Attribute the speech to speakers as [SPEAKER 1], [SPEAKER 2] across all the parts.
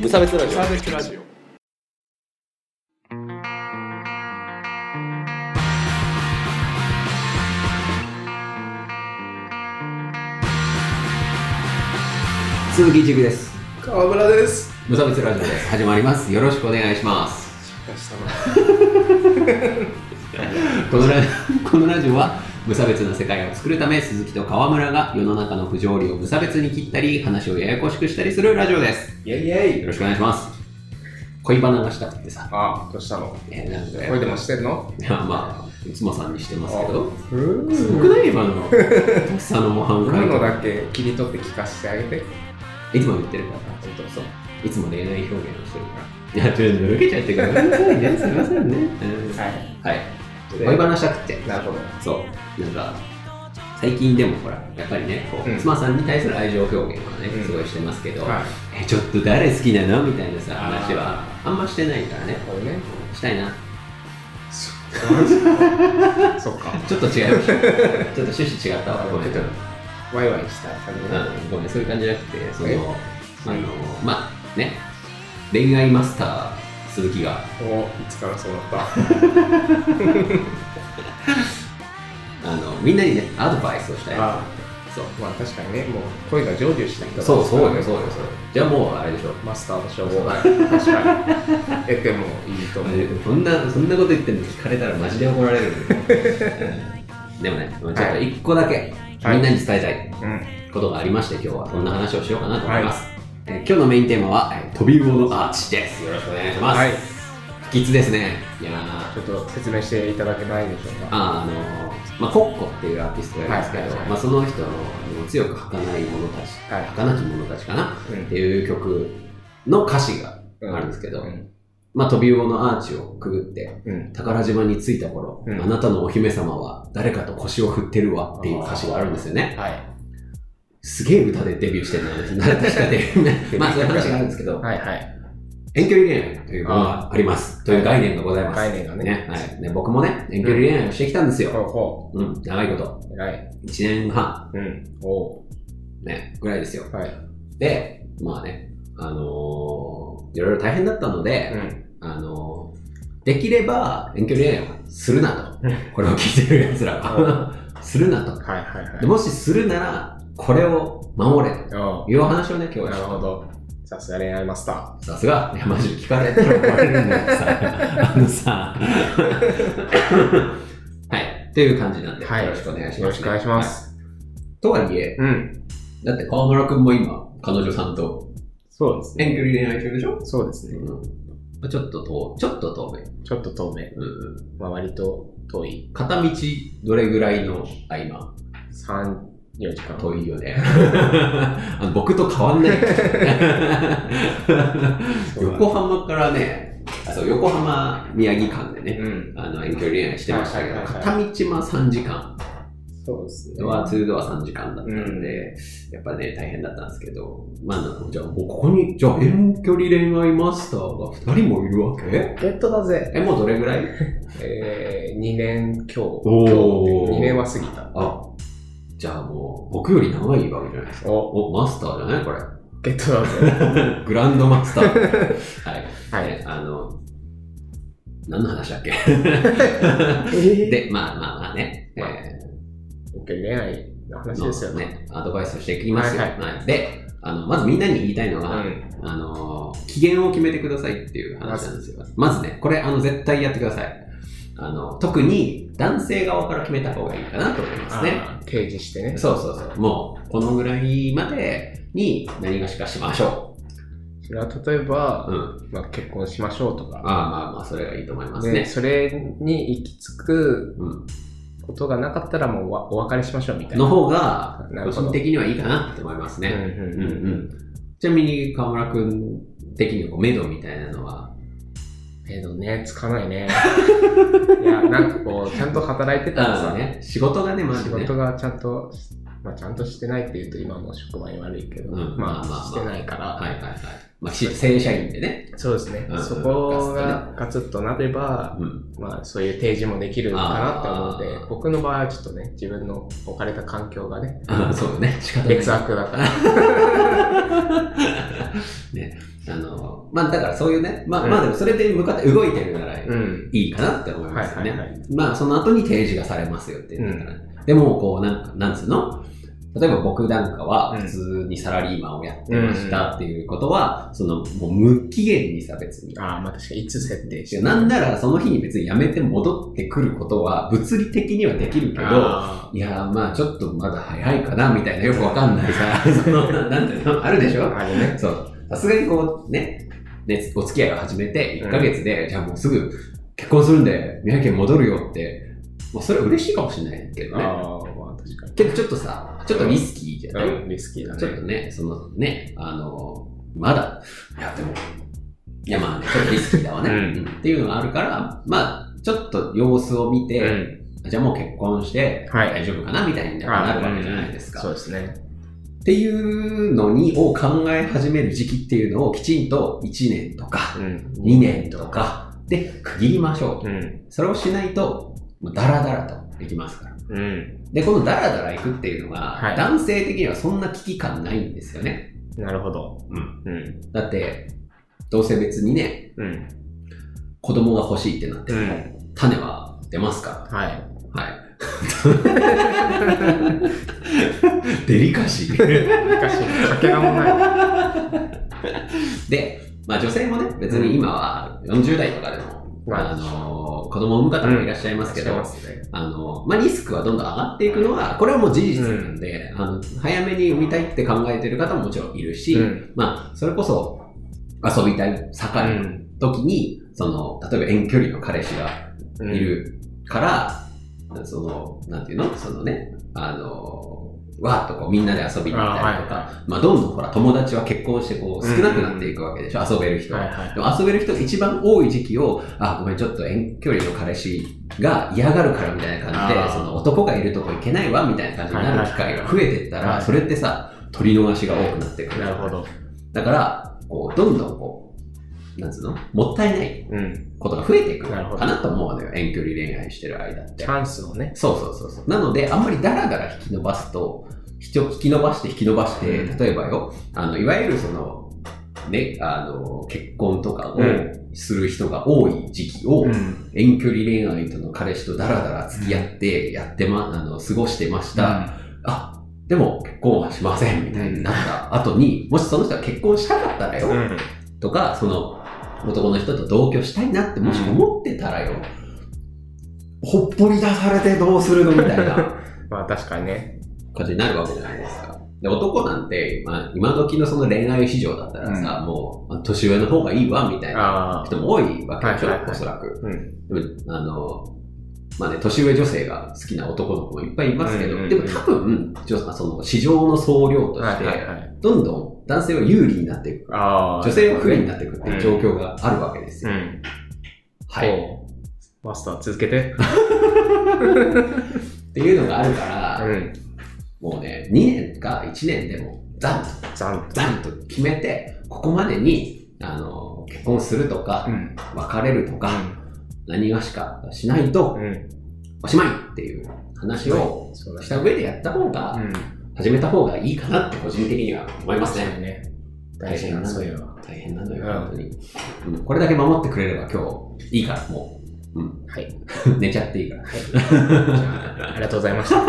[SPEAKER 1] 無差別ラジオ
[SPEAKER 2] サーベスラジオ
[SPEAKER 3] 鈴木一です
[SPEAKER 2] 川村です
[SPEAKER 3] 無差別ラジオです始まりますよろしくお願いします このラこのラジオは無差別な世界を作るため鈴木と川村が世の中の不条理を無差別に切ったり話をややこしくしたりするラジオです
[SPEAKER 2] イェイイェイ
[SPEAKER 3] よろしくお願いします恋バナがしたくてさ、
[SPEAKER 4] ああ、どうしたの
[SPEAKER 3] えーなんか
[SPEAKER 4] これでもしてんの
[SPEAKER 3] いやまあ妻さんにしてますけど
[SPEAKER 4] うー
[SPEAKER 3] すごくない今のとっさの模範
[SPEAKER 4] 今
[SPEAKER 3] 解
[SPEAKER 4] の
[SPEAKER 3] 答
[SPEAKER 4] だけ切り取って聞かせてあげて。
[SPEAKER 3] いつも言ってるからちょっとそういつも恋愛表現をしてるからいやちょっと抜けちゃってくださいねすいませんね、うん
[SPEAKER 4] はい。
[SPEAKER 3] はい。恋バナしたくって。
[SPEAKER 4] なるほど。
[SPEAKER 3] そう。なんか、最近でもほら、やっぱりね、こう、
[SPEAKER 4] うん
[SPEAKER 3] 妻さんに対する愛情表現はね、
[SPEAKER 4] うん
[SPEAKER 3] すごいしてますけど、
[SPEAKER 4] はい。
[SPEAKER 3] え、ちょっと誰好きなのみたいなさ、
[SPEAKER 4] あー
[SPEAKER 3] 話は、あんましてないからね。
[SPEAKER 4] これね。
[SPEAKER 3] したいな。
[SPEAKER 4] そっか。
[SPEAKER 3] ちょっと違いました。ちょっと趣旨違ったわ。ごめん。
[SPEAKER 4] ちょっワイワイした感じね。
[SPEAKER 3] うん、ごめん、そういう感じじゃなくて、そ
[SPEAKER 4] え
[SPEAKER 3] の、あの、まあ、ね、恋愛マスター、鈴木が、
[SPEAKER 4] おいつからそうなった。
[SPEAKER 3] あの、みんなにね、アドバイスをしたい。
[SPEAKER 4] あ
[SPEAKER 3] そう。
[SPEAKER 4] まあ確かにね、もう恋が成就した人
[SPEAKER 3] そう、そうよ、そ
[SPEAKER 4] う。
[SPEAKER 3] うよ、そうよ。じゃあもう、あれでしょ。
[SPEAKER 4] マスターの称号が確かに 得てもいいと
[SPEAKER 3] マ
[SPEAKER 4] 思
[SPEAKER 3] ジ
[SPEAKER 4] う。
[SPEAKER 3] でそんなそんなこと言ってんの聞かれたらマジで怒ら れる、うんでもねちょっと一個だけ
[SPEAKER 4] はい
[SPEAKER 3] みんなに伝えたい
[SPEAKER 4] うん。
[SPEAKER 3] ことがありまして今日はそんな話をしようかなと思います、えー今日のメインテーマはえー「飛び魚のアーチ」ですよろしくお願いします、
[SPEAKER 4] はい。
[SPEAKER 3] 不吉ですねいやー
[SPEAKER 4] ちょっと説明していただけないでしょうか。
[SPEAKER 3] あーあのーまあ、コッコっていうアーティストがいますけど、
[SPEAKER 4] はいはいはい
[SPEAKER 3] まあ、その人のあの強く儚い者たち
[SPEAKER 4] は。
[SPEAKER 3] 儚き者たちかない
[SPEAKER 4] う
[SPEAKER 3] っ
[SPEAKER 4] ん
[SPEAKER 3] ていう曲の歌詞があるんですけど、
[SPEAKER 4] うん
[SPEAKER 3] まあ、飛び魚のアーチをくぐって
[SPEAKER 4] うん。
[SPEAKER 3] 宝島に着いた頃、
[SPEAKER 4] うん
[SPEAKER 3] あなたのお姫様は誰かと腰を振ってるわっていう歌詞があるんですよね。
[SPEAKER 4] はい。
[SPEAKER 3] すげえ歌でデビューしてるんだよね。確か で。まあそういう話があるんですけど、
[SPEAKER 4] はいはい。
[SPEAKER 3] 遠距離恋愛というものがあります。という概念がございます。
[SPEAKER 4] 概念がね。
[SPEAKER 3] ねはいね僕もね、遠距離恋愛をしてきたんです
[SPEAKER 4] ほ
[SPEAKER 3] よ。
[SPEAKER 4] うほ
[SPEAKER 3] うん、長いこと。
[SPEAKER 4] う。偉い。
[SPEAKER 3] 1年半、
[SPEAKER 4] うん。おう。
[SPEAKER 3] ね、ぐらいですよ。
[SPEAKER 4] はい。
[SPEAKER 3] で、まあね、あのーいろいろ大変だったので、
[SPEAKER 4] うん。
[SPEAKER 3] あの、できれば遠距離恋愛はするなと。これを聞いてる奴らは。 するなと。
[SPEAKER 4] はいはいはい
[SPEAKER 3] で。もしするなら、これを守れと
[SPEAKER 4] う
[SPEAKER 3] いうお話をね、今
[SPEAKER 4] ん。
[SPEAKER 3] 日は
[SPEAKER 4] な
[SPEAKER 3] し
[SPEAKER 4] る
[SPEAKER 3] よ
[SPEAKER 4] ほど。さすが恋愛マスター。
[SPEAKER 3] うさすが、いや、マジで聞かれたら怒られるんだけどさ、 あのさ、はい、っていう感じなんで、
[SPEAKER 4] はい
[SPEAKER 3] よろしくお願いします、
[SPEAKER 4] よろしくお願いしま。す。
[SPEAKER 3] とはいえ、
[SPEAKER 4] うん。
[SPEAKER 3] だって川村くんも今、彼女さんと
[SPEAKER 4] そうです
[SPEAKER 3] 遠距
[SPEAKER 4] ね。
[SPEAKER 3] 離恋愛中でしょ、
[SPEAKER 4] そうですね。
[SPEAKER 3] うん、ちょっと遠、ちょっと遠め。
[SPEAKER 4] ちょっと遠め。
[SPEAKER 3] うんうん
[SPEAKER 4] まあ、割と遠い。
[SPEAKER 3] 片道どれぐらいの合間
[SPEAKER 4] 3、4時間。
[SPEAKER 3] 遠いよ ね。あの僕と変わんない。
[SPEAKER 4] そうだ
[SPEAKER 3] 横浜からね、あそう横浜宮城間でね、
[SPEAKER 4] うん。
[SPEAKER 3] あの遠距離恋愛してましたけど、
[SPEAKER 4] はいはいはい
[SPEAKER 3] 片道まあ3時間、
[SPEAKER 4] そうですね。
[SPEAKER 3] ドア2ドア3時間だったんで、やっぱね、大変だったんですけど、まあなの、じゃあもうここに、じゃあ遠距離恋愛マスターが2人もいるわけ
[SPEAKER 4] ゲットだぜ。
[SPEAKER 3] え、もうどれぐらい
[SPEAKER 4] えー、2年今日。
[SPEAKER 3] おー
[SPEAKER 4] 今日2年は過ぎた。
[SPEAKER 3] あ、じゃあもう僕より長いわけじゃないですか。
[SPEAKER 4] お、
[SPEAKER 3] お、マスターじ ゃないこれ。
[SPEAKER 4] ゲットだぜ。
[SPEAKER 3] グランドマスター。は
[SPEAKER 4] は
[SPEAKER 3] い。
[SPEAKER 4] い。
[SPEAKER 3] ねあの、何の話だっけ
[SPEAKER 4] で、
[SPEAKER 3] で、まあまあまあね、
[SPEAKER 4] まあ
[SPEAKER 3] えー
[SPEAKER 4] 恋愛の話
[SPEAKER 3] の
[SPEAKER 4] ですよね。
[SPEAKER 3] ね、アドバイスをしていきますよ。
[SPEAKER 4] は
[SPEAKER 3] はいいであの、まずみんなに言いたいの
[SPEAKER 4] う
[SPEAKER 3] が、
[SPEAKER 4] ん。
[SPEAKER 3] あの、期限を決めてくださいっていう話なんですよ。まずね、これ、あの、絶対やってください。あの、特に男性側から決めた方がいいかなと思いますね。
[SPEAKER 4] あー提示してね。
[SPEAKER 3] そうそうそう。もう、このぐらいまでに何がしかしましょ
[SPEAKER 4] それは例えば
[SPEAKER 3] う。、うん。
[SPEAKER 4] まあ、結婚しましょうと
[SPEAKER 3] ああ
[SPEAKER 4] か。
[SPEAKER 3] まあまあ、それがいいと思います
[SPEAKER 4] で、
[SPEAKER 3] ね。
[SPEAKER 4] それに行き着く
[SPEAKER 3] うん。
[SPEAKER 4] ことがなかったらもうわお別れしましょうみたいな。
[SPEAKER 3] の方が、
[SPEAKER 4] な
[SPEAKER 3] 個
[SPEAKER 4] るほど
[SPEAKER 3] 人的にはいいかなって思います
[SPEAKER 4] うんう
[SPEAKER 3] ね。うんうん
[SPEAKER 4] うん。
[SPEAKER 3] ちなみに、河村くん的にこう、目処みたいなのは、
[SPEAKER 4] けどね、つかない ね。いや、なんかこう、ちゃんと働いてたら
[SPEAKER 3] あ
[SPEAKER 4] さ、
[SPEAKER 3] のね、仕事がね、ま
[SPEAKER 4] 仕
[SPEAKER 3] ずね
[SPEAKER 4] 事。がちゃんと、まあ、ちゃんとしてないっていうと今の職場に悪いけど、
[SPEAKER 3] うん
[SPEAKER 4] ま
[SPEAKER 3] まあまあま
[SPEAKER 4] あ、
[SPEAKER 3] あ
[SPEAKER 4] してないから、
[SPEAKER 3] はいはいはい。まあ、きちっと正社員でね。
[SPEAKER 4] そうですね
[SPEAKER 3] う。ん
[SPEAKER 4] そこがガツッとなれば、
[SPEAKER 3] うん。
[SPEAKER 4] まあそういう提示もできるかなって思う
[SPEAKER 3] あ
[SPEAKER 4] の
[SPEAKER 3] ー
[SPEAKER 4] で、僕の場合はちょっとね、自分の置かれた環境がね、
[SPEAKER 3] あそうね。仕方ない。
[SPEAKER 4] 劣悪だ から。
[SPEAKER 3] ね。あの、まあ、だからそういうね、まあ、
[SPEAKER 4] うん
[SPEAKER 3] まあでもそれで向かって動いてるなら
[SPEAKER 4] うん。
[SPEAKER 3] いいかなって思いますよね。
[SPEAKER 4] はいはいは
[SPEAKER 3] まあ、その後に提示がされますよって言ったから、でも、こう、なんか、なんつうの例えば僕なんかは
[SPEAKER 4] うん
[SPEAKER 3] 普通にサラリーマンをやってましたっていうことは、その、もう無期限にさ、別に。
[SPEAKER 4] ああ、まあ確かにいつ設定して
[SPEAKER 3] なんならその日に別に辞めて戻ってくることは物理的にはできるけど、
[SPEAKER 4] あ
[SPEAKER 3] いやーまあちょっとまだ早いかなみたいなよくわかんないさ、 その、ななんていうのあるでしょ
[SPEAKER 4] ーあれね。
[SPEAKER 3] そう。さすがにこう、ね、ね、お付き合いを始めて1ヶ月で、じゃあもうすぐ結婚するんで、宮城県戻るよって、まあそれは嬉しいかもしれないけど
[SPEAKER 4] ああ、
[SPEAKER 3] ね。
[SPEAKER 4] まあ確か
[SPEAKER 3] けどちょっとさ、ちょっとリスキーじゃない、
[SPEAKER 4] に。うん、リスキーだ
[SPEAKER 3] ちょっと
[SPEAKER 4] ね。
[SPEAKER 3] ね、そのね、あの、まだ、いやでも、いやまあね、ちょっとリスキーだわね、
[SPEAKER 4] うん
[SPEAKER 3] うんっていうのがあるから、まあ、ちょっと様子を見て、
[SPEAKER 4] うん。
[SPEAKER 3] じゃあもう結婚して、
[SPEAKER 4] はい
[SPEAKER 3] 大丈夫かなみたいになるわけじゃないですか。
[SPEAKER 4] そうですね。
[SPEAKER 3] っていうのにを考え始める時期っていうのをきちんと1年とか
[SPEAKER 4] うん。
[SPEAKER 3] 2年とかで区切りましょう。
[SPEAKER 4] うん。
[SPEAKER 3] それをしないと、もうダラダラとできますから。
[SPEAKER 4] うん。
[SPEAKER 3] で、このダラダラ行くっていうのが、
[SPEAKER 4] はい
[SPEAKER 3] 男性的にはそんな危機感ないんですよね。
[SPEAKER 4] なるほど。
[SPEAKER 3] うん。
[SPEAKER 4] うん。
[SPEAKER 3] だって、どうせ別にね、
[SPEAKER 4] うん。
[SPEAKER 3] 子供が欲しいってなって
[SPEAKER 4] う
[SPEAKER 3] も、
[SPEAKER 4] ん。
[SPEAKER 3] 種は出ますか
[SPEAKER 4] はい。
[SPEAKER 3] ら。 はい。デリカシー。
[SPEAKER 4] 昔、かけらもない。
[SPEAKER 3] で、まあ女性もね、別に今は40代とかでも、
[SPEAKER 4] まあ
[SPEAKER 3] あのー子供を産む方もいらっしゃいますけ
[SPEAKER 4] し
[SPEAKER 3] ど、
[SPEAKER 4] てますね。
[SPEAKER 3] あのーまあリスクはどんどん上がっていくのは、これはもう事実なんで、あの早めに産みたいって考えてる方ももちろんいるし、
[SPEAKER 4] うん。
[SPEAKER 3] まあそれこそ遊びたい盛りの
[SPEAKER 4] ん。
[SPEAKER 3] 時に、その、例えば遠距離の彼氏が
[SPEAKER 4] うん
[SPEAKER 3] い。るから、その、なんていうのそのね、あのー、わーっとこうみんなで遊びに行ったりとか、
[SPEAKER 4] あ
[SPEAKER 3] まあどんどんほら友達は結婚してこう少なくなっていくわけでしょ、遊べる人は。
[SPEAKER 4] はいはい
[SPEAKER 3] でも遊べる人が一番多い時期を、あ、ごめん、ちょっと遠距離の彼氏が嫌がるからみたいな感じ
[SPEAKER 4] あ
[SPEAKER 3] で、
[SPEAKER 4] ー
[SPEAKER 3] その男がいるとこ行けないわみたいな感じになる機会が増えてった
[SPEAKER 4] はい
[SPEAKER 3] ら、
[SPEAKER 4] はい
[SPEAKER 3] それってさ、取り逃しが多くなってくる。
[SPEAKER 4] なるほど。
[SPEAKER 3] だから、こう、どんどんこう、なんつうのもったいない
[SPEAKER 4] うん。
[SPEAKER 3] ことが増えていく
[SPEAKER 4] なるほど
[SPEAKER 3] かなと思うのよ、遠距離恋愛してる間っ
[SPEAKER 4] チ。
[SPEAKER 3] て
[SPEAKER 4] ャンスをね。
[SPEAKER 3] そうそうそうそう。なので、あんまりダラダラ引き伸ばすと、ひきょ引き伸ばして引き伸ばして、
[SPEAKER 4] うん
[SPEAKER 3] 例えばよ、あの、いわゆるその、ね、あの、結婚とかを
[SPEAKER 4] うん
[SPEAKER 3] する人が多い時期を、
[SPEAKER 4] ん。
[SPEAKER 3] 遠距離恋愛との彼氏とダラダラ付き合って、やってま、あの、過ごしてました。あ、でも結婚はしません、みたいになった後に、もしその人が結婚したかったらよ、
[SPEAKER 4] うん。
[SPEAKER 3] とか、その、男の人と同居したいなって、もし思ってたらよ、ほっぽり出されてどうするのみたい な
[SPEAKER 4] まあ確かにね。
[SPEAKER 3] 感じになるわけじゃないですか。で、男なんて、まあ、今時のその恋愛市場だったらさ、もう、年上の方がいいわ、みたいな
[SPEAKER 4] ああ。
[SPEAKER 3] 人も多いわけでしょ、
[SPEAKER 4] はいはいはい
[SPEAKER 3] おそらく。
[SPEAKER 4] うん。
[SPEAKER 3] でもあの、まあね、年上女性が好きな男の子もいっぱいいますけど、
[SPEAKER 4] うんうんうん
[SPEAKER 3] でも多分、女その市場の総量と
[SPEAKER 4] は
[SPEAKER 3] し
[SPEAKER 4] い
[SPEAKER 3] て、
[SPEAKER 4] はいはい。
[SPEAKER 3] どんどん男性は有利になっていく。
[SPEAKER 4] ああ。
[SPEAKER 3] 女性は不利になっていくっていう状況があるわけです
[SPEAKER 4] う
[SPEAKER 3] よ。
[SPEAKER 4] ん。
[SPEAKER 3] はい。
[SPEAKER 4] そう。マスター続けて。
[SPEAKER 3] っていうのがあるから、
[SPEAKER 4] うん。
[SPEAKER 3] もうね、2年か1年でも、ザンと、
[SPEAKER 4] ざん。
[SPEAKER 3] ザンと決めて、ここまでに、あの、結婚するとか、
[SPEAKER 4] ん。
[SPEAKER 3] 別れるとか、何がしかしないと、
[SPEAKER 4] うん。
[SPEAKER 3] おしまいっていう話を
[SPEAKER 4] そう
[SPEAKER 3] した上でやった方が、
[SPEAKER 4] ん。
[SPEAKER 3] 始めた方がいいかなって個人的には思いますね。
[SPEAKER 4] ね。大事な、そういうのは。
[SPEAKER 3] 大変なのよ、
[SPEAKER 4] うん
[SPEAKER 3] 本当に。うんこれだけ守ってくれれば今日、いいから、も
[SPEAKER 4] はい。
[SPEAKER 3] う、 寝ちゃっていいから。
[SPEAKER 4] ありがとうございました。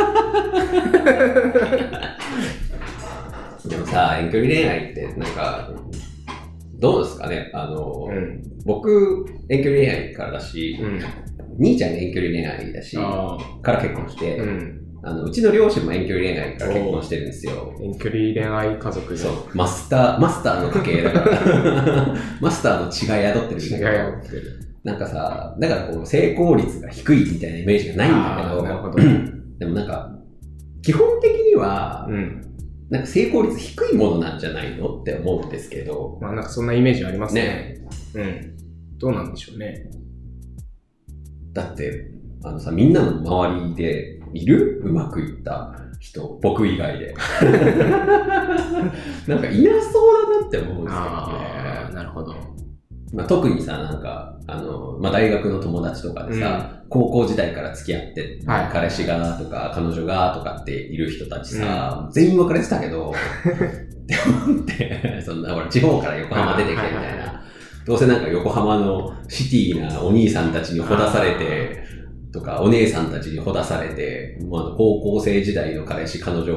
[SPEAKER 3] でもさ、遠距離恋愛って、なんか、どうですかねあの、
[SPEAKER 4] ん。
[SPEAKER 3] 僕、遠距離恋愛からだし、
[SPEAKER 4] うん。
[SPEAKER 3] 兄ちゃんが遠距離恋愛だし、
[SPEAKER 4] あ
[SPEAKER 3] から結婚して、
[SPEAKER 4] あ。うん。
[SPEAKER 3] あの、うちの両親も遠距離恋愛から結婚してるんですよ。
[SPEAKER 4] 遠距離恋愛家族
[SPEAKER 3] そ
[SPEAKER 4] の
[SPEAKER 3] う、マスター、マスターの家系だから、 マスターの血が宿ってるん
[SPEAKER 4] 違
[SPEAKER 3] だ
[SPEAKER 4] い
[SPEAKER 3] け
[SPEAKER 4] が
[SPEAKER 3] ど、
[SPEAKER 4] 起きてる。
[SPEAKER 3] なんかさ、だからこう、成功率が低いみたいなイメージがないんだけ
[SPEAKER 4] あー
[SPEAKER 3] ど、
[SPEAKER 4] なるほど
[SPEAKER 3] でもなんか、基本的には、
[SPEAKER 4] うん。
[SPEAKER 3] なんか成功率低いものなんじゃないのって思うんですけど、
[SPEAKER 4] まあなんかそんなイメージあります
[SPEAKER 3] ね
[SPEAKER 4] ね。うん。どうなんでしょうね。
[SPEAKER 3] だって、あのさ、みんなの周りで、いるうまくいった人、僕以外で。なんかいなそうだなって思うんですけど
[SPEAKER 4] ああ、
[SPEAKER 3] ね。
[SPEAKER 4] なるほど。
[SPEAKER 3] まあ、特にさ、なんか、あの、まあ、大学の友達とかでさ、高校時代から付き合って、
[SPEAKER 4] はい
[SPEAKER 3] 彼氏がとか、彼女がとかっている人たちさ、全員別れてたけど、 って、そんな、ほら、地方から横浜出てきてみ
[SPEAKER 4] はい
[SPEAKER 3] た
[SPEAKER 4] はいいはい
[SPEAKER 3] な。どうせなんか横浜のシティなお兄さんたちにほだされて、とか、お姉さんたちにほだされて、もうあの高校生時代の彼氏、彼女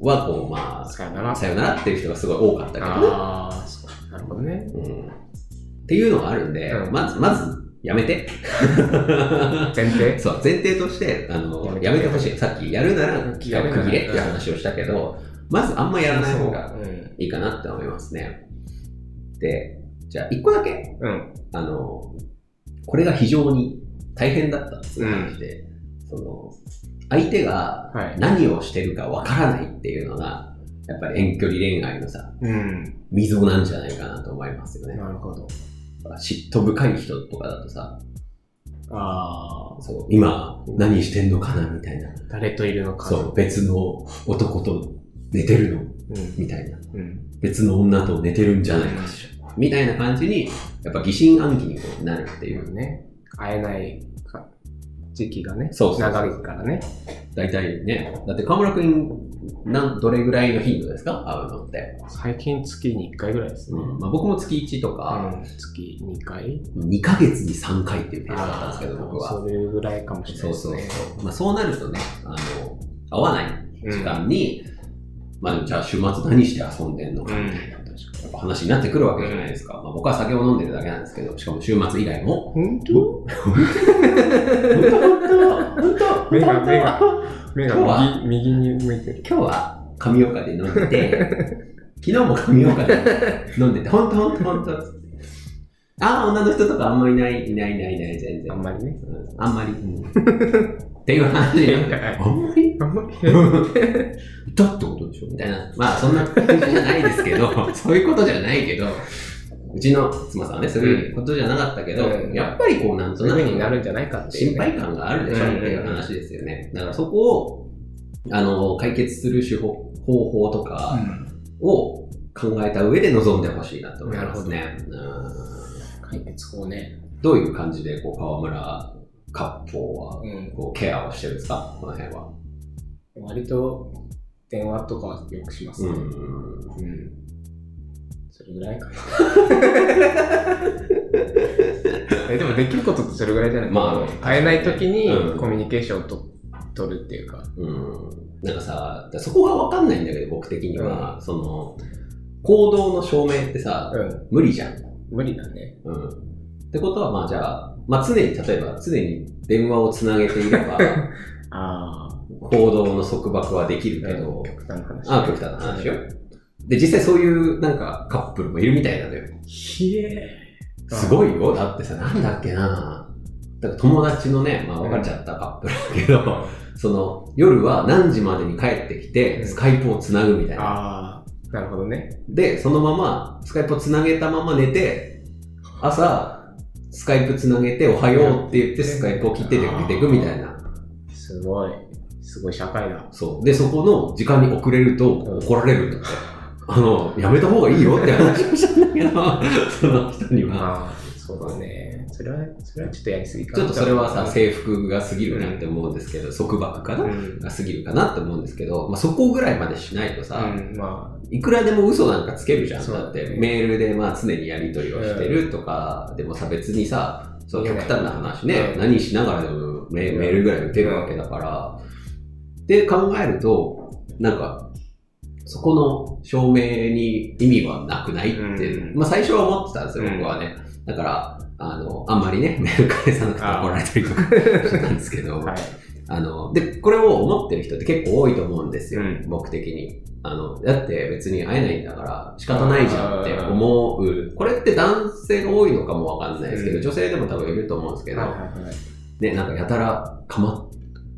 [SPEAKER 3] は、こう、ま
[SPEAKER 4] さよな
[SPEAKER 3] あ、
[SPEAKER 4] ら。
[SPEAKER 3] さよならっていう人がすごい多かったけどね、
[SPEAKER 4] ああ、そうなるほどね。
[SPEAKER 3] うんっていうのがあるんで、
[SPEAKER 4] うん
[SPEAKER 3] まず、まず、やめて。
[SPEAKER 4] 前提。
[SPEAKER 3] そう、前提として、あの、
[SPEAKER 4] や
[SPEAKER 3] やめ
[SPEAKER 4] め
[SPEAKER 3] て
[SPEAKER 4] て
[SPEAKER 3] ほしい。さっき、やるなら、期間区切れっていう話をしたけど、まずあんまやらない方が
[SPEAKER 4] うん。
[SPEAKER 3] いいかなって思いますね。で、じゃあ、一個だけ、
[SPEAKER 4] うん。
[SPEAKER 3] あの、これが非常に大変だったっていう話で、その、相手が
[SPEAKER 4] はい。
[SPEAKER 3] 何をしてるかわからないっていうのが、やっぱり遠距離恋愛のさ、
[SPEAKER 4] うん。
[SPEAKER 3] 溝なんじゃないかなと思いますよね。
[SPEAKER 4] なるほど。
[SPEAKER 3] 嫉妬深い人とかだとさ、
[SPEAKER 4] ああ、
[SPEAKER 3] そう、今何してんのかなみたいな。
[SPEAKER 4] 誰といるのか。
[SPEAKER 3] そう、別の男と寝てるの
[SPEAKER 4] うん。
[SPEAKER 3] みたいな。
[SPEAKER 4] うん。
[SPEAKER 3] 別の女と寝てるんじゃないかしら。みたいな感じに、やっぱ疑心暗鬼にこうなるって
[SPEAKER 4] い
[SPEAKER 3] いうう。
[SPEAKER 4] ね。会えないか時期がね。
[SPEAKER 3] そうそうそう
[SPEAKER 4] 長いからね。
[SPEAKER 3] 大体ね。だって河村くん、なん、どれぐらいの頻度ですか会うのって。
[SPEAKER 4] 最近月に1回ぐらいですね。
[SPEAKER 3] まあ僕も月1とか、
[SPEAKER 4] うん月2回
[SPEAKER 3] 2ヶ月に3回っていうペースだったんですけど、
[SPEAKER 4] あー
[SPEAKER 3] 僕は。
[SPEAKER 4] それぐらいかもしれな
[SPEAKER 3] そ
[SPEAKER 4] いうです
[SPEAKER 3] そう
[SPEAKER 4] ね。
[SPEAKER 3] そう。まあそうなるとね、あの、合わない
[SPEAKER 4] うん
[SPEAKER 3] 時間に、まあでもじゃあ週末何して遊んでんのか
[SPEAKER 4] うん
[SPEAKER 3] みたいな、やっぱ話になってくるわけじゃないですか。まあ僕は酒を飲んでるだけなんですけど、しかも週末以外も。
[SPEAKER 4] 本当
[SPEAKER 3] 本当本当本当
[SPEAKER 4] 目が目が目
[SPEAKER 3] 今日
[SPEAKER 4] が
[SPEAKER 3] は
[SPEAKER 4] 右右に向いてる。
[SPEAKER 3] 今日は神岡で飲ん でて、昨日も神岡で飲んでて、本当本当本当ああ、女の人とかあんまいない、いないいないいない、全然。
[SPEAKER 4] あんまりね。
[SPEAKER 3] うんあんまり。っていう話になって、あんまり
[SPEAKER 4] あんまり。
[SPEAKER 3] だってことでしょみたいな。まあ、そんな感じじゃないです けど、そういうことじゃないけど、うちの妻さんはね、そういうことじゃなかったけど、
[SPEAKER 4] うん
[SPEAKER 3] やっぱりこう、なんと
[SPEAKER 4] そういう
[SPEAKER 3] な
[SPEAKER 4] 風にな
[SPEAKER 3] く
[SPEAKER 4] るんじゃないかっていう
[SPEAKER 3] 心
[SPEAKER 4] ね。
[SPEAKER 3] 配感があるでしょっていう話ですよね。だからそこを、あの、解決する手法、方法とかを考えた上で臨んでほしいなと思いますね。うん
[SPEAKER 4] 解決法ね。
[SPEAKER 3] どういう感じで、こう、河村割烹は、
[SPEAKER 4] うん。
[SPEAKER 3] こう、ケアをしてるんですかこの辺は。
[SPEAKER 4] 割と電話とかはよくしますね。
[SPEAKER 3] う
[SPEAKER 4] う
[SPEAKER 3] ん。
[SPEAKER 4] ん。それぐらいかな。 えでもできることってそれぐらいじゃない
[SPEAKER 3] まあ
[SPEAKER 4] 会えない時
[SPEAKER 3] うん
[SPEAKER 4] にコミュニケーションをと取るっていうか。
[SPEAKER 3] うんなんかさ、そこがわかんないんだけど、僕的には、その、行動の証明ってさ、
[SPEAKER 4] うん。
[SPEAKER 3] 無理じゃん。
[SPEAKER 4] 無理だね。
[SPEAKER 3] うん。ってことは、まあじゃあ、まあ常に、例えば常に電話をつなげていれ ば、
[SPEAKER 4] ああ。
[SPEAKER 3] 行動の束縛はできるけど、
[SPEAKER 4] 極端な話。
[SPEAKER 3] ああ、極端な話よ。で、実際そういうなんかカップルもいるみたいなのよ。
[SPEAKER 4] ひえ。
[SPEAKER 3] すごいよ。だってさ、なんだっけなだから友達のね、まあ別れちゃったカップルだけど、 その、夜は何時までに帰ってき
[SPEAKER 4] う
[SPEAKER 3] て、
[SPEAKER 4] ん
[SPEAKER 3] スカイプをつなぐみたいな。
[SPEAKER 4] ああ。なるほどね。
[SPEAKER 3] で、そのまま、スカイプをつなげたまま寝て、朝、スカイプつなげて、おはようって言って、スカイプを切って出かけていくみたいな。
[SPEAKER 4] すごい。すごい社会だ。
[SPEAKER 3] そう。で、そこの時間に遅れると怒られるんだって。あの、やめた方がいいよって話をしたんだけど、その人には。
[SPEAKER 4] ああ。そうだね。それは、それはちょっとやりすぎかな。
[SPEAKER 3] ちょっとそれはさ、
[SPEAKER 4] い。
[SPEAKER 3] 制服が過ぎるなって思うんですけど、束縛か
[SPEAKER 4] う。
[SPEAKER 3] なんが過ぎるかなって思うんですけど、まあ、そこぐらいまでしないとさ、
[SPEAKER 4] うん、ま
[SPEAKER 3] いくらでも嘘なんかつけるじゃん。
[SPEAKER 4] そう
[SPEAKER 3] だって、メールでまあ常にやり取りをしてるとか、でもさ、別にさ、そう、
[SPEAKER 4] 言え
[SPEAKER 3] 極
[SPEAKER 4] ない
[SPEAKER 3] 端な話ね、
[SPEAKER 4] うん
[SPEAKER 3] 何しながらでもメメールぐらい打てるわけだから、って考えると、なんか、そこの証明に意味はなくないって、
[SPEAKER 4] うん
[SPEAKER 3] まあ最初は思ってたんですよ、
[SPEAKER 4] うん
[SPEAKER 3] 僕はね。だから、あの、あんまりね、 メール返さなくて怒られたりとかしてたんですけど、
[SPEAKER 4] あ。はい。
[SPEAKER 3] あの、で、これを思ってる人って結構多いと思うんですよ、
[SPEAKER 4] うん
[SPEAKER 3] 僕的に。あの、だって別に会えないんだから仕方ないじゃんって思う。これって男性が多いのかもわかんないですけど、
[SPEAKER 4] うん
[SPEAKER 3] 女性でも多分いると思うんですけど、
[SPEAKER 4] はいはいはい。
[SPEAKER 3] ね、なんかやたら構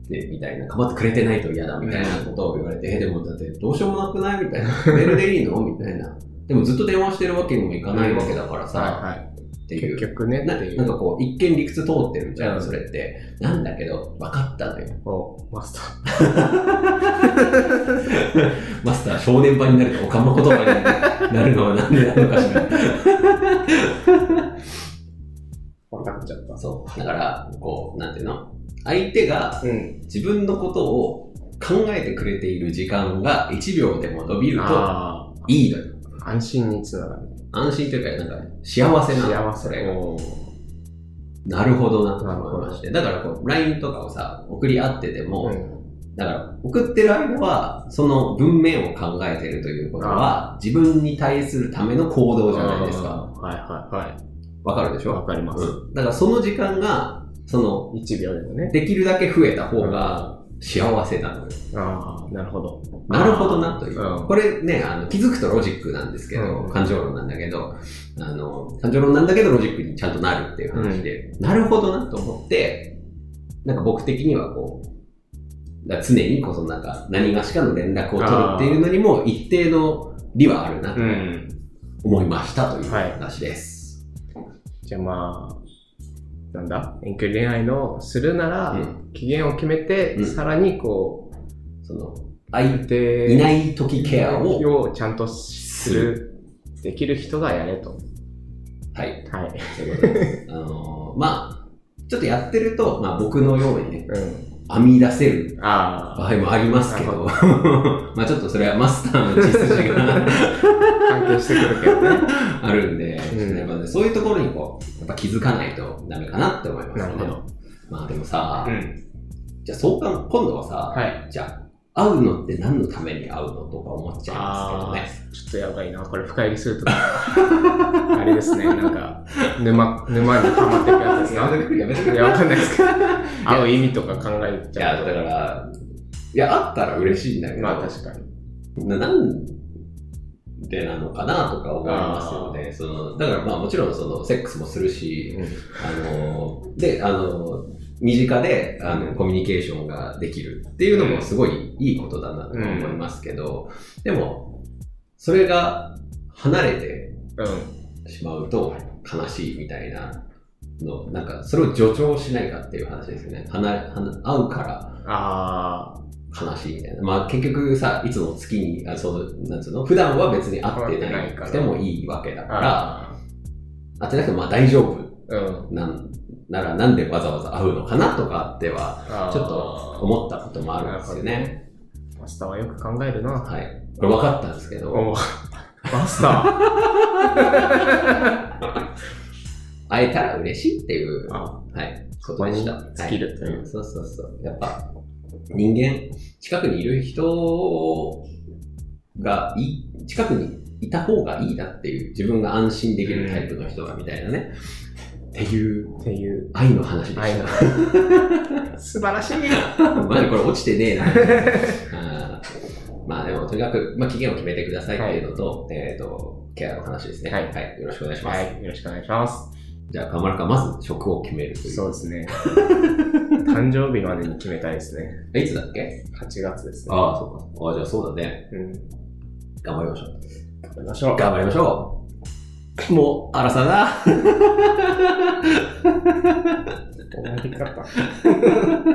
[SPEAKER 3] ってみたいな、構ってくれてないと嫌だみたいなことを言われて、え、でもだってどうしようもなくないみたいな。メールでいいのみたいな。でもずっと電話してるわけにもいかないわけだからさ、
[SPEAKER 4] はいはい。
[SPEAKER 3] っってい
[SPEAKER 4] 結
[SPEAKER 3] う。
[SPEAKER 4] 局ね
[SPEAKER 3] な
[SPEAKER 4] ってい
[SPEAKER 3] なん
[SPEAKER 4] う。
[SPEAKER 3] かこう、一見理屈通ってるじゃ、
[SPEAKER 4] うんん
[SPEAKER 3] それって。なんだけど、分かったのよ。
[SPEAKER 4] おマスタ
[SPEAKER 3] マスター、少年版になると、おかま言葉になるのはなんでなのかしら。
[SPEAKER 4] ー。わかっちゃった。
[SPEAKER 3] そう。だから、こう、なんていうの相手が
[SPEAKER 4] うん。
[SPEAKER 3] 自分のことを考えてくれている時間が1秒でも伸びると
[SPEAKER 4] あ
[SPEAKER 3] いいのよ。
[SPEAKER 4] あ。安心につながる。
[SPEAKER 3] 安心というか、なんか、幸せなの。
[SPEAKER 4] 幸
[SPEAKER 3] そ
[SPEAKER 4] せ。
[SPEAKER 3] れが。
[SPEAKER 4] おー
[SPEAKER 3] なるほどなと
[SPEAKER 4] なるほ
[SPEAKER 3] 思
[SPEAKER 4] ど
[SPEAKER 3] いまして。だから、こう、LINE とかをさ、送り合ってても、
[SPEAKER 4] うん。
[SPEAKER 3] だから、送ってる間は、その文面を考えてるということは、自分に対するための行動じゃないですか。
[SPEAKER 4] あーはいはいは
[SPEAKER 3] わかるでし
[SPEAKER 4] い。わ
[SPEAKER 3] ょ
[SPEAKER 4] かります。
[SPEAKER 3] うん。だから、その時間が、その、
[SPEAKER 4] 一秒でもね。
[SPEAKER 3] できるだけ増えた方が幸せなのよ。
[SPEAKER 4] ああ、なるほど。
[SPEAKER 3] なるほどなという。
[SPEAKER 4] うん
[SPEAKER 3] これね、あの、気づくとロジックなんですけど、
[SPEAKER 4] うん
[SPEAKER 3] 感情論なんだけど、あの、感情論なんだけどロジックにちゃんとなるっていう話で、なるほどなと思って、なんか僕的にはこう、だから常にこそなんか何がしかの連絡を取るっていうのにも一定の利はあるなと
[SPEAKER 4] うん。
[SPEAKER 3] 思いましたという
[SPEAKER 4] はい
[SPEAKER 3] 話です。
[SPEAKER 4] じゃあまあ、なんだ遠距離恋愛のするなら、
[SPEAKER 3] うん
[SPEAKER 4] 期限を決めて、
[SPEAKER 3] うん
[SPEAKER 4] さらにこう、
[SPEAKER 3] その、相手、
[SPEAKER 4] で
[SPEAKER 3] いない時ケアを、
[SPEAKER 4] ちゃんとする、できる人がやれと。
[SPEAKER 3] はい、
[SPEAKER 4] はい。
[SPEAKER 3] そういうことです。あのーまあ、ちょっとやってると、まあ僕のようにね、
[SPEAKER 4] うん。
[SPEAKER 3] 編み出せる
[SPEAKER 4] あ
[SPEAKER 3] 場
[SPEAKER 4] あ、
[SPEAKER 3] 合もありますけ
[SPEAKER 4] なる
[SPEAKER 3] ど、 まあちょっとそれはマスターの血筋が
[SPEAKER 4] 関係してくるけどね。
[SPEAKER 3] あるんで、
[SPEAKER 4] うん
[SPEAKER 3] やっぱね、そういうところにこう、やっぱ気づかないとダメかなって思いますね。
[SPEAKER 4] なるほど。
[SPEAKER 3] まあでもさ、
[SPEAKER 4] うん。
[SPEAKER 3] じゃあそうか、今度はさ、
[SPEAKER 4] はい。
[SPEAKER 3] じゃあ、会うのって何のために会うのとか思っちゃいますけどね。
[SPEAKER 4] ちょっとやばいな。これ深入りすると。 あれですね。なんか、沼、沼にハマっていくやつです
[SPEAKER 3] やめ
[SPEAKER 4] ね。
[SPEAKER 3] てくれ、やめてく
[SPEAKER 4] い
[SPEAKER 3] れ。
[SPEAKER 4] や、わかんないですけど。会う意味とか考え
[SPEAKER 3] い
[SPEAKER 4] ちゃ
[SPEAKER 3] や、
[SPEAKER 4] う
[SPEAKER 3] だ
[SPEAKER 4] と。
[SPEAKER 3] から、いや、会ったら嬉しいんだけど、
[SPEAKER 4] まあ確かに。
[SPEAKER 3] ななんでなのかなとか思いますよね。そのだからまあもちろんそのセックスもするし、
[SPEAKER 4] うん
[SPEAKER 3] あので、あの身近であのコミュニケーションができるっていうのもすごいいいことだなと思いますけど、でも、それが離れて
[SPEAKER 4] うん。
[SPEAKER 3] しまうと悲しいみたいなの、なんかそれを助長しないかっていう話ですよね。離れ離会うから
[SPEAKER 4] あ
[SPEAKER 3] 悲しいみたいな。まあ結局さ、いつも月に、あそのなんつうの、普段は別に会
[SPEAKER 4] 会っ
[SPEAKER 3] ってな
[SPEAKER 4] てないから
[SPEAKER 3] くてもいいわけだ
[SPEAKER 4] あ。
[SPEAKER 3] から、
[SPEAKER 4] あ
[SPEAKER 3] 会ってなくてもまあ大丈夫
[SPEAKER 4] あ。うん。
[SPEAKER 3] なんならなんでわざわざ会うのかなとかっては、
[SPEAKER 4] ちょ
[SPEAKER 3] ちょっと思ったこともあるんですよね。
[SPEAKER 4] マスターはよく考えるな。
[SPEAKER 3] はい。これ分かったんですけど、
[SPEAKER 4] おマスタ
[SPEAKER 3] 会えたら嬉しいっていう、
[SPEAKER 4] ー
[SPEAKER 3] は
[SPEAKER 4] あ
[SPEAKER 3] い、ことでした。
[SPEAKER 4] 尽きるという
[SPEAKER 3] はそうそうそう。やっぱ、人間、近くにいる人がいい、近くにいた方がいいなっていう、自分が安心できるタイプの人がみたいなね。っていう
[SPEAKER 4] っていう
[SPEAKER 3] 愛の話で
[SPEAKER 4] 愛
[SPEAKER 3] し
[SPEAKER 4] の 素晴らしい
[SPEAKER 3] た。マジこれ落ちてねえな。あーまあでも、とにかく、まあ、期限を決めてくださいっていうのと、えっ、と、ケアの話ですね。
[SPEAKER 4] はい
[SPEAKER 3] はい。よろしくお願いします。
[SPEAKER 4] はい、よろしくお願いします。
[SPEAKER 3] じゃあ、河村君はまず職を決めるという。
[SPEAKER 4] そうです ね。誕生日までに決めたいですね。
[SPEAKER 3] いつだっけ
[SPEAKER 4] 8月ですね。
[SPEAKER 3] ああ、そうか。ああ、じゃあそうだね。
[SPEAKER 4] うん。
[SPEAKER 3] 頑張りましょう。
[SPEAKER 4] 食べましょう。
[SPEAKER 3] 頑張りましょう。もう、あらさだ。
[SPEAKER 4] 終わり方。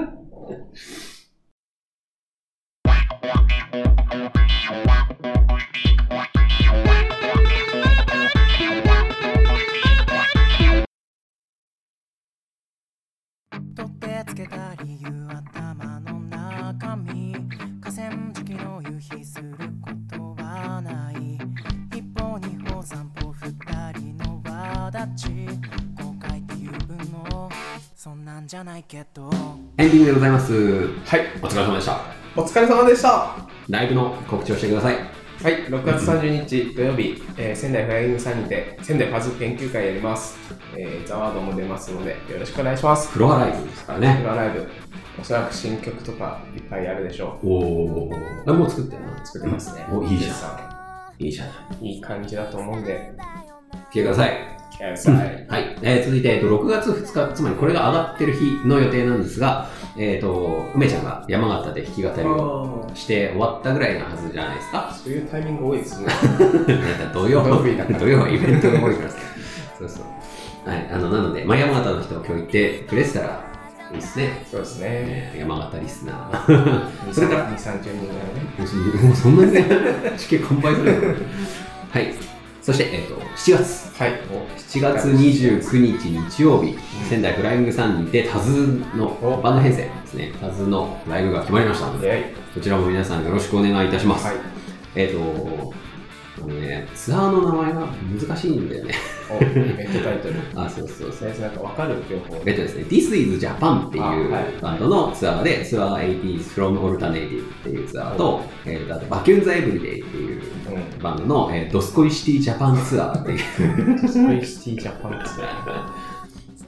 [SPEAKER 1] 取ってつけた理由頭の中身河川敷の夕日することはない一歩二歩三歩二人の輪立ち後悔っていう分もそんなんじゃないけど
[SPEAKER 3] エンディングでございます。
[SPEAKER 4] はい、
[SPEAKER 3] お疲れ様でした。
[SPEAKER 4] お疲れ様でした。は
[SPEAKER 3] ライブの告知をしてください。
[SPEAKER 4] い、6月30日土曜日、えー仙台フライングさんにて、仙台パズル研究会やります。えー、ザワードも出ますので、よろしくお願いします。
[SPEAKER 3] フロアライブですからね。
[SPEAKER 4] 裏ライブ、おそらく新曲とかいっぱいやるでしょ
[SPEAKER 3] おお。あ、もう作ってるな
[SPEAKER 4] う。。作ってますね。
[SPEAKER 3] おいいじゃん
[SPEAKER 4] ん。
[SPEAKER 3] いいじゃない。
[SPEAKER 4] いい感じだと思うんで、
[SPEAKER 3] 来てください。
[SPEAKER 4] 来てください。
[SPEAKER 3] はい。えー続いて、えっと6月2日、つまりこれが上がってる日の予定なんですが、えっ、と、梅ちゃんが山形で弾き語りを
[SPEAKER 4] あ
[SPEAKER 3] して終わったぐらいなはずじゃないです
[SPEAKER 4] あ、
[SPEAKER 3] か。
[SPEAKER 4] そういうタイミング多いですね。
[SPEAKER 3] なんか土曜
[SPEAKER 4] 土曜日だから
[SPEAKER 3] 土曜はイベントが多いから。そうそう。はい、あのなので、まあ、山形の人も今日行ってくれてたらいいですね。
[SPEAKER 4] そうですね。
[SPEAKER 3] ね山形リスナー。それから
[SPEAKER 4] 2、30人ぐらいね。
[SPEAKER 3] もうそもうそんなにね、チケ完売するのはい。そして、えっ、と、7月。
[SPEAKER 4] はい。
[SPEAKER 3] 7月29日日曜日、仙台フライングサンにて、タズ
[SPEAKER 4] お
[SPEAKER 3] のバンド編成ですね、タズのライブが決まりましたので、
[SPEAKER 4] はい。
[SPEAKER 3] こちらも皆さんよろしくお願いいたします。
[SPEAKER 4] はい。
[SPEAKER 3] えっ、と、あのね、ツアーの名前が難しいんだよね。
[SPEAKER 4] お、イベントタイトル。と
[SPEAKER 3] あ、そうそうそ
[SPEAKER 4] り
[SPEAKER 3] う。
[SPEAKER 4] あえずなんかわかる情報
[SPEAKER 3] えっとですね、This is Japan ってい
[SPEAKER 4] あは
[SPEAKER 3] う
[SPEAKER 4] い
[SPEAKER 3] バンドのツアーで、ツアー 80s from Alternative っていうツアーと、えー、あとバキュンザエブリデイっていう
[SPEAKER 4] う
[SPEAKER 3] バンドの、えードスコイシティジャパンツア ーっていう
[SPEAKER 4] ん。スペイシティジャパンですね。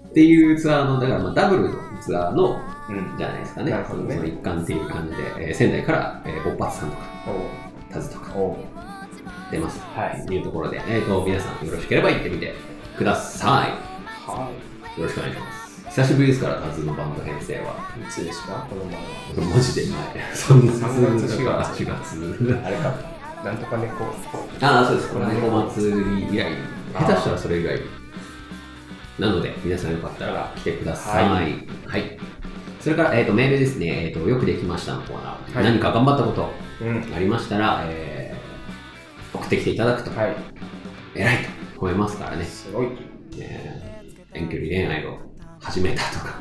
[SPEAKER 3] っていうツアーの、だからまあダブルのツアーの
[SPEAKER 4] うん。
[SPEAKER 3] じゃないですかね、
[SPEAKER 4] なるほどね
[SPEAKER 3] その一環っていう感じで、えー仙台から、えー、おっぱつさんとか、タズとか
[SPEAKER 4] おお
[SPEAKER 3] 出ます。
[SPEAKER 4] はい。
[SPEAKER 3] というところで、えー、と皆さんよろしければ行ってみてください。
[SPEAKER 4] は
[SPEAKER 3] よろしくお願いします。久しぶりですから、タズのバンド編成は。
[SPEAKER 4] い。いつですかこの前は。
[SPEAKER 3] マジで前。そんな
[SPEAKER 4] 3月4月
[SPEAKER 3] 4月。
[SPEAKER 4] あれか。なんとか猫。
[SPEAKER 3] ああ、そうです。これね、お祭り以来、下手したらそれ以来。なので、皆さんよかったら来てください。は。
[SPEAKER 4] はい
[SPEAKER 3] それから、えっ、と、メールですね。えっ、と、よくできましたのコーナー。
[SPEAKER 4] はい
[SPEAKER 3] 何か頑張ったこと
[SPEAKER 4] うん。
[SPEAKER 3] ありましたら、えー送ってきていただくと、
[SPEAKER 4] はい。
[SPEAKER 3] 偉いと褒めますからね。
[SPEAKER 4] すごい。
[SPEAKER 3] えー遠距離恋愛を始めたと か、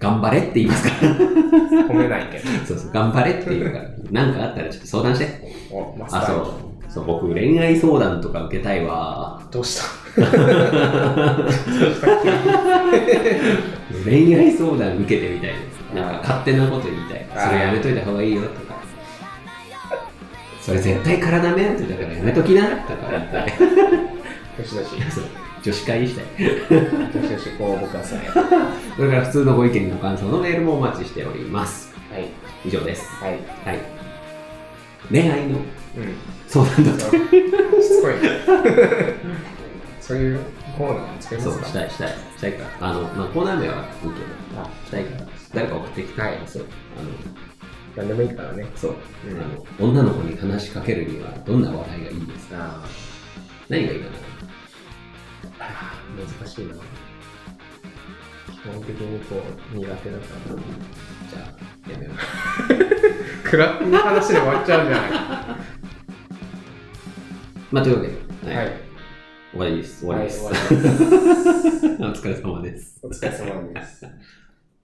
[SPEAKER 3] 頑張れって言いますから。
[SPEAKER 4] 褒めないけど。
[SPEAKER 3] そうそう、頑張れって言うから、何かあったらちょっと相談して。
[SPEAKER 4] お、マスタ
[SPEAKER 3] あ、
[SPEAKER 4] ー。
[SPEAKER 3] そう。そう、僕、恋愛相談とか受けたいわ。
[SPEAKER 4] どうした
[SPEAKER 3] 恋愛相談受けてみたいですなんか勝手なこと言いたいそれやめといた方がいいよとかそれ絶対体めんってだからやめときなとか言って
[SPEAKER 4] どしどし。
[SPEAKER 3] そう女子会したい
[SPEAKER 4] どしどし、こう、僕はさ。は
[SPEAKER 3] それから普通のご意見ご感想のメールもお待ちしております
[SPEAKER 4] い。
[SPEAKER 3] 以上です
[SPEAKER 4] はい。
[SPEAKER 3] はい恋愛の
[SPEAKER 4] うん。
[SPEAKER 3] 相談だっ
[SPEAKER 4] しつこい。そういうコーナー作
[SPEAKER 3] た
[SPEAKER 4] り
[SPEAKER 3] そ
[SPEAKER 4] ま
[SPEAKER 3] う
[SPEAKER 4] すか
[SPEAKER 3] したいしたいしたいからあの、まあ、コーナー名はいいけど
[SPEAKER 4] あ
[SPEAKER 3] したいから誰か送ってきて、
[SPEAKER 4] はい
[SPEAKER 3] そうあの
[SPEAKER 4] 何でもいいからね。
[SPEAKER 3] そう、
[SPEAKER 4] うん
[SPEAKER 3] あの女の子に話しかけるにはどんな話題がいいですか
[SPEAKER 4] あ
[SPEAKER 3] 何がいいかな
[SPEAKER 4] あ、難しいな。基本的にこう、苦手だか
[SPEAKER 3] じゃあやめよう
[SPEAKER 4] ら。クラッの話で終わっちゃうじゃ
[SPEAKER 3] まあ、というわけで、
[SPEAKER 4] ない。
[SPEAKER 3] い、
[SPEAKER 4] はい。
[SPEAKER 3] 終わりです。終わりです。
[SPEAKER 4] はい終わりです。
[SPEAKER 3] お疲れ様です。
[SPEAKER 4] お疲れ様です。